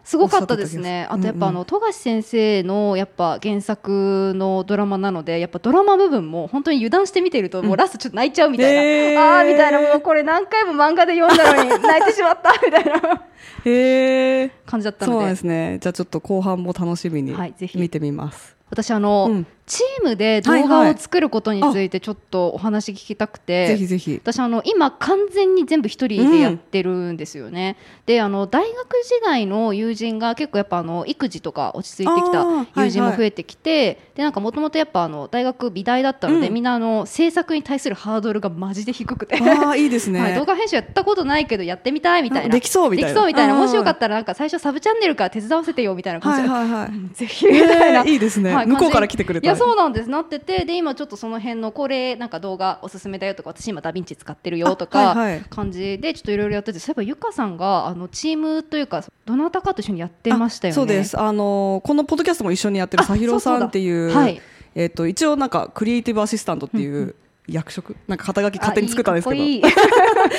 すごかったですね。
お
あ
っしゃってた気がする
とやっぱあ
うん
の富樫先生のやっぱ原作のドラマなのでやっぱドラマ部分も本当に油断して見てるともうラストちょっと泣いちゃうみたいな、
えー
ああみたいなもうこれ何回も漫画で読んだのに泣いてしまったみたいな
へえ
感じだった
そう
の
なん
で
ですねじゃあちょっと後半も楽しみに
はいぜひ
見てみます、
私あの、
うん
チームで動
はい
画
はい
を作ることについてちょっとお話聞きたくて、
ぜひぜひ
私あの今完全に全部一人でやってるんですよね、であの大学時代の友人が結構やっぱあの育児とか落ち着いてき
あー
た友人
はい
も
はい
増えてきて、でなんかもともとやっぱあの大学美大だったの
う
で、
ん
みんなあの制作に対するハードルがマジで低くて、
ああいいですね、
はい、動画編集やったことないけどやってみたいみたい
あ
な
できそうみたいな
できそうみたいな
うん
もしよかったらなんか最初サブチャンネルから手伝わせてよみたいな感
は
じ
い
で、
はいはい、
ぜひみたいな
えーいいですね、
はい
向こうから来てくれた
いやそうなんですなっててで今ちょっとその辺のこれなんか動画おすすめだよとか私今ダヴィンチ使ってるよと
あはいはい
か感じでちょっといろいろやっててそういえばゆかさんがあのチームというかどなたかと一緒にやってましたよね
そうですあのこのポッドキャストも一緒にやってる
あ
さひろさんっていう
そうそうだはい
えっ、と一応なんかクリエイティブアシスタントっていう、役職なんか肩書き勝手に作ったんですけど
あいいかっ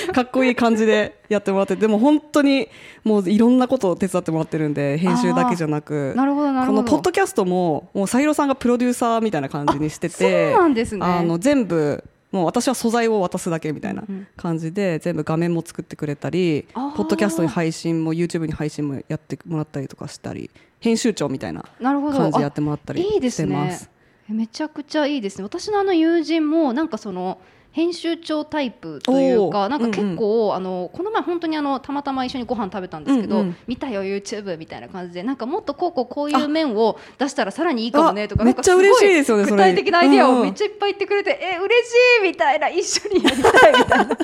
こ
かっこいい感じでやってもらってでも本当にもういろんなことを手伝ってもらってるんで編集だけじゃなく
い いなるほどなる
こ
ほど
のポッドキャストももうさひろさんがプロデューサーみたいな感じにしてて
あそうなんですね
あの全部もう私は素材を渡すだけみたいな
うんうん
感じで、全部画面も作ってくれたり
あー
ポッドキャストに配信も YouTube に配信もやってもらったりとかしたり編集長みたいな
なるほど
感じでやってもらったり
いいで
し
す
てます。
ねめちゃくちゃいいですね私のあの友人もなんかその編集長タイプという
お
か
ー
なんか結構、あのこの前本当にあのたまたま一緒にご飯食べたんですけど、
うんうん
見たよ YouTube みたいな感じでなんかもっとこうこうこういう面を出したらさらにいいかもねと
あ
か
め
な
っ
んか
ちゃ
すご
嬉しいですよねそ
具
れ
体的なアイディア
うんう
を
ん
めっちゃいっぱい言ってくれて、え嬉しいみたいな一緒にやりたいみたいな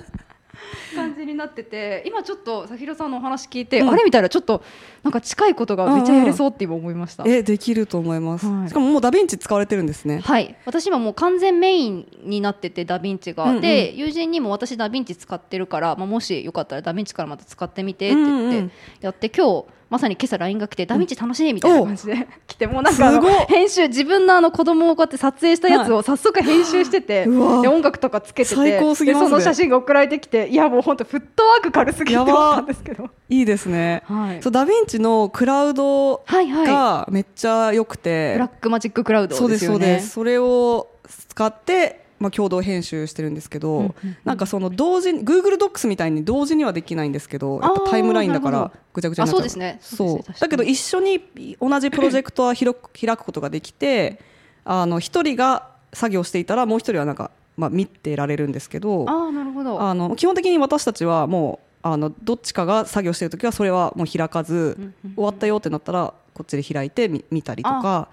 感じになってて今ちょっとさひろさんのお話聞いて、
うん
あれみたいなちょっとなんか近いことがめっちゃやれそうって今思いました。
えできると思います、
はい
しかももうダヴィンチ使われてるんですね
はい、私今もう完全メインになっててダヴィンチが、
うんうん
で友人にも私ダヴィンチ使ってるから、まあ、もしよかったらダヴィンチからまた使ってみてって言って、
うんうん
やって今日まさに今朝 LINE が来て、ダヴィンチ楽しいみたいな感じで来てもうなんかあの
すごっ
編集自分のあの子供をこうやって撮影したやつを早速編集してて、
うわ
で音楽とかつけてて
最高すぎますね
でその写真が送られてきていやもう本当フットワーク軽すぎって
やば
思ったんですけど、
いいですね、
はい
そうダヴィンチのクラウド
はいはい
がめっちゃ良くて、
ブラックマジッククラウド
そうで
ですす
そ
よ
う
ね。
ですそれを使って、まあ、共同編集してるんですけど、
うんうんうん
なんかその同時に Google ドックスみたいに同時にはできないんですけどやっ
あ
ぱ
ー
タイムラインだか
なる
ら
ほど
ぐちゃぐちゃになっちゃ
あそうですね
そう
そうですね確か
だ
に
けど一緒に同じプロジェクトは広く 開くことができてあの一人が作業していたらもう一人はなんか、まあ、見てられるんですけど
ああなるほど。
あの基本的に私たちはもうあのどっちかが作業してる時はそれはもう開かず、
うんうん
終わったよってなったらこっちで開いてみ見たりとか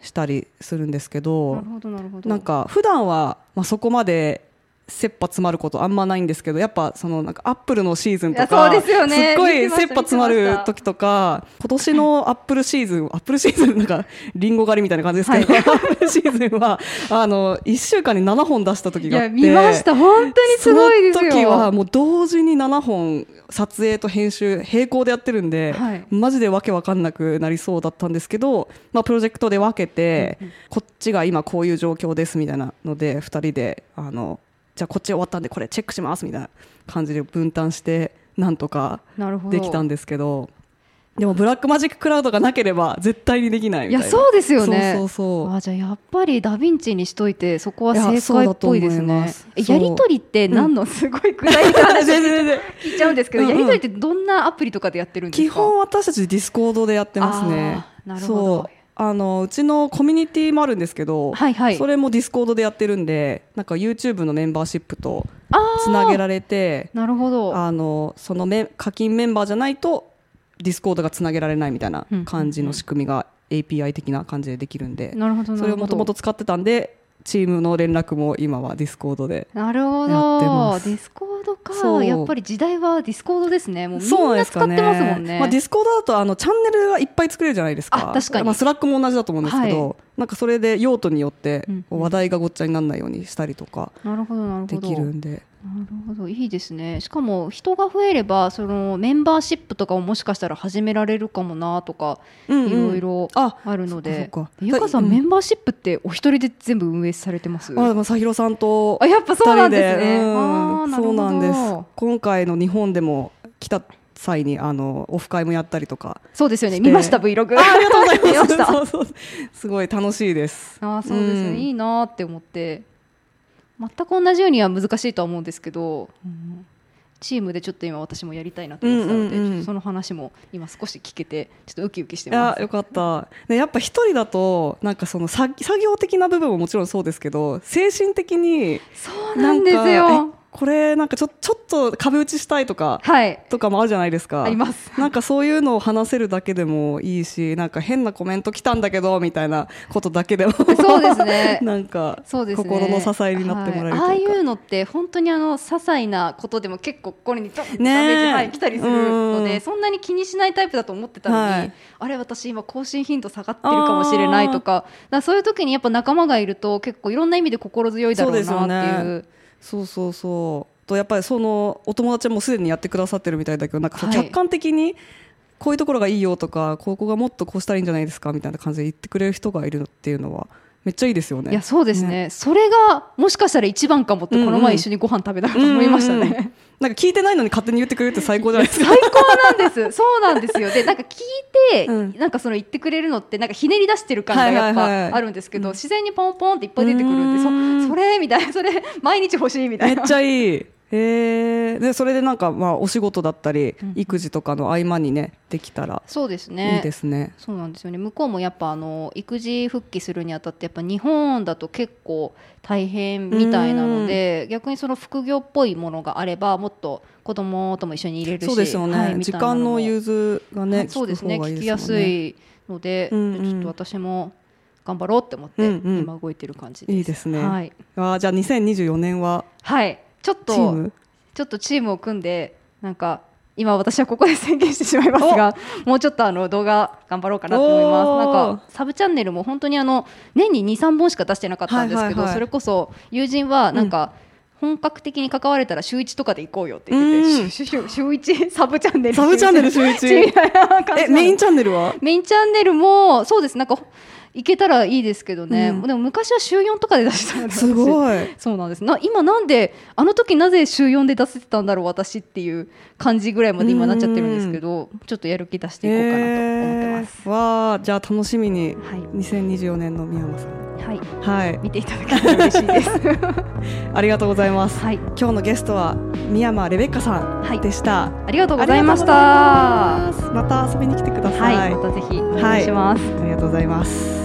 したりするんですけ
な
ど
るほどなるほど。
なんか普段はまあそこまで切羽詰まることあんまないんですけどやっぱそのなんかアップルのシーズンとか
いやそうですよね
っごい
見てました
切羽詰まる時とか今年のアップルシーズンアップルシーズンなんかリンゴ狩りみたいな感じですけど、 アップルシーズンはあの1週間に7本出した時
い
があっ
や
て
見ました本当にすごいですよ。
その時はもう同時に7本撮影と編集並行でやってるんで、
はい
マジでわけわかんなくなりそうだったんですけど、まあ、プロジェクトで分けて、こっちが今こういう状況ですみたいなので2人であのじゃあこっち終わったんでこれチェックしますみたいな感じで分担してなんとか
なるほど
できたんですけどでもブラックマジッククラウドがなければ絶対にできないみ
い
たい
や
な。
そうですよね。
そうそうそう
あじゃあやっぱりダヴィンチにしといてそこはい正
やそう
解
だ
っ
と思
ぽ
い
いです
ま
ね
す。
え
そう
やりとりって何のすごい具体的な話
全然全然
聞いちゃうんですけど、
うんう
や
ん
りとりってどんなアプリとかでやってるんですか。
基本私たちディスコードでやってますね
あーなるほど
そうあのうちのコミュニティもあるんですけど、
はいはい
それもディスコードでやってるんでなんか YouTube のメンバーシップと
あー
つなげられて
なるほど。
あのそのめ課金メンバーじゃないとディスコードがつなげられないみたいな
うん
感じの仕組みが API 的な感じでできるんで、
なるほどなるほど。
それをもともと使ってたんでチームの連絡も今はディスコードで
なるほ
やって
ど
ま
デ
す
ィスコード
そ
か
う
やっぱり時代はディスコードですねもうみ
そうんで
な
す
使っ
か
てますもんね
まあ、ディスコードだとあのチャンネルはいっぱい作れるじゃないですか
あ確かに
まあ、スラックも同じだと思うんですけど、
は
なんかそれで用途によって
うんうん
話題がごっちゃにならないようにしたりとか
なるほどなるほ
で
ど
きるんで
なるほどいいですねしかも人が増えればそのメンバーシップとかをもしかしたら始められるかもなとか
い
いろいろ
あ
あるので、
そっかそっか
ゆかさん、
うん
メンバーシップってお一人で全部運営されてます
まあでもさひろさんと
あやっぱそうなんですね
二人でうん
あーなる
そ
ほ
う
ど
なんです今回の日本でも来た際にあのオフ会もやったりとか
そうですよね
して
見ました Vlog あ
ありがとうございます
見ました
そうそうすごい楽しいです
あーそうですね、
うん
いいなーって思って全く同じようには難しいとは思うんですけど、うんチームでちょっと今私もやりたいなと思ってたので、
うんうんうん
ちょっとその話も今少し聞けてちょっとウキウキして
いや
ます
よかった、ね、やっぱ一人だとなんかその作作業的な部分ももちろんそうですけど精神的に
そうな
なんん
です
か
よ
えこれなんかちょちょっと壁打ちしたいとか
はい
とかもあるじゃないですか
あります
なんかそういうのを話せるだけでもいいしなんか変なコメント来たんだけどみたいなことだけでも
そうですね
なんか
そうですね、
心の支えになってもらえるというか、
はいああいうのって本当にあの些細なことでも結構心にドンとダメ
ねえ
ージ、はい、来たりするの
う
で
ん
そんなに気にしないタイプだと思ってたのに、
はい
あれ私今更新頻度下がってるかもしれないとかだからそういう時にやっぱ仲間がいると結構いろんな意味で心強いだろうなって
そうです
い
よ
う。
そうそうそうとやっぱりそのお友達もすでにやってくださってるみたいだけどなんかそう
はい
客観的にこういうところがいいよとかここがもっとこうしたらいいんじゃないですかみたいな感じで言ってくれる人がいるっていうのはめっちゃいいですよね。
いやそうですねそれがもしかしたら一番かもってこの前一緒にご飯食べたら
うんうん
思いましたね、
うんうんなんか聞いてないのに勝手に言ってくれるって最高じゃない ですか。
最高な んですそうなんですよでなんか聞いて、
うん
なんかその言ってくれるのってなんかひねり出してる感がやっ
はいはいはい
ぱあるんですけど、自然にポンポンっていっぱい出てくるんで
うーん
そそれみたいなそれ毎日欲しいみた
め
い
っ
な
ちゃいい。へえでそれでなんかまあお仕事だったり
うん
育児とかの合間にねできたら
そうですね
いいですね。
そうなんですよね向こうもやっぱあの育児復帰するにあたってやっぱ日本だと結構大変みたいなので逆にその副業っぽいものがあればもっと子供とも一緒にいれるし
そうですよね、
はいみ
時
たいな
間の
も
融通がね、
はいそうですね
効く方が
聞き
で
や
す
す
もんね
いので、
うんうん
ちょっと私も頑張ろうって思って、
うんうん
今動いてる感じです
いいですね
はい、
あーじゃあ2024年は
はい、ちょっ
チー
と
ム
ちょっとチームを組んでなんか今私はここで宣言してしまいますがもうちょっとあの動画頑張ろうかなと思い
お
ます
ー
なんかサブチャンネルも本当にあの年に23本しか出してなかったんですけど、
はいはいはい
それこそ友人はなんか、本格的に関われたら週1とかで行こうよって言ってて、
うん
週週週1サブチャンネル
サブチャンネル週 一
みたいな感じなので
えメインチャンネルは
メインチャンネルもそうですなんかいけたらいいですけどね、
うん
でも昔は週4とかで出してたのです
すごい
そうなんですな今なんであの時なぜ週4で出せてたんだろう私っていう感じぐらいまで今なっちゃってるんですけどちょっとやる気出していこうかなと思ってます、
えーわあじゃあ楽しみに
は
2024年の宮山さん
い、はい、
はい
見ていただけたら嬉しいです
ありがとうございます
はい、
今日のゲストは宮山レベッカさ
はい
んでした、
ありがとう
あ
ご
りが
ざいました
とうございますまた遊びに来てくださ、
はいいまたぜひお願いします、
ありがとうございます